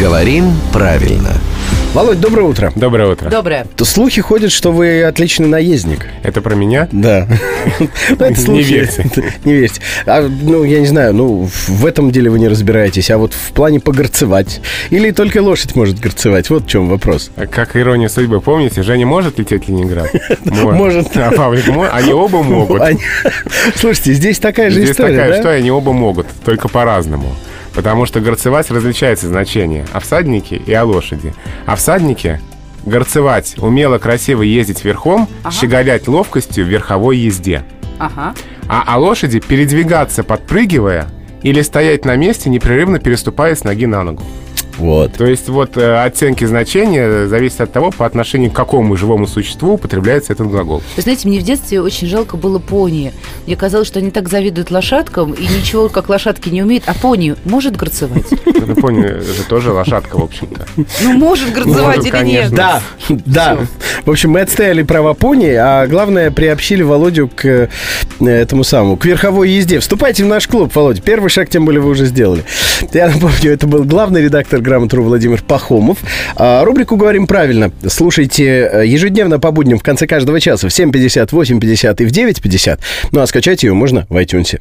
Говорим правильно. Володь, доброе утро. Доброе утро. Доброе. То Слухи ходят, что вы отличный наездник. Это про меня? Да. Ну, это Не слухи. верьте. Не верьте. А, ну, я не знаю, ну, в в этом деле вы не разбираетесь, а вот в плане погорцевать. Или только лошадь может горцевать, вот в чем вопрос. Как ирония судьбы, помните, Женя может лететь в Ленинград? Может. А Павлик может? Они оба могут. Они- Слушайте, здесь такая же Здесь история, такая да? история, они оба могут, только по-разному. Потому что горцевать различается значение о всаднике и о лошади. О всаднике горцевать, умело, красиво ездить верхом, щеголять ловкостью в верховой езде. Ага. А о лошади передвигаться, подпрыгивая, или стоять на месте, непрерывно переступая с ноги на ногу. Вот. То есть вот э, оттенки значения зависят от того, по отношению к какому живому существу употребляется этот глагол. Вы знаете, мне в детстве очень жалко было пони. Мне казалось, что они так завидуют лошадкам и ничего, как лошадки, не умеют. А пони может горцевать? Ну, понял, это тоже лошадка, в общем-то. Ну, может Может, горцевать или нет? конечно. Да, да. В общем, мы отстояли права пони, а главное, приобщили Володю к э, этому самому, к верховой езде. Вступайте в наш клуб, Володь. Первый шаг, тем более, вы уже сделали. Я напомню, это был главный редактор «Грамотру» Владимир Пахомов. А, Рубрику «Говорим правильно» слушайте э, ежедневно по будням в конце каждого часа в 7.50, 8.50 и в 9.50. Ну, а скачать ее можно в iTunes.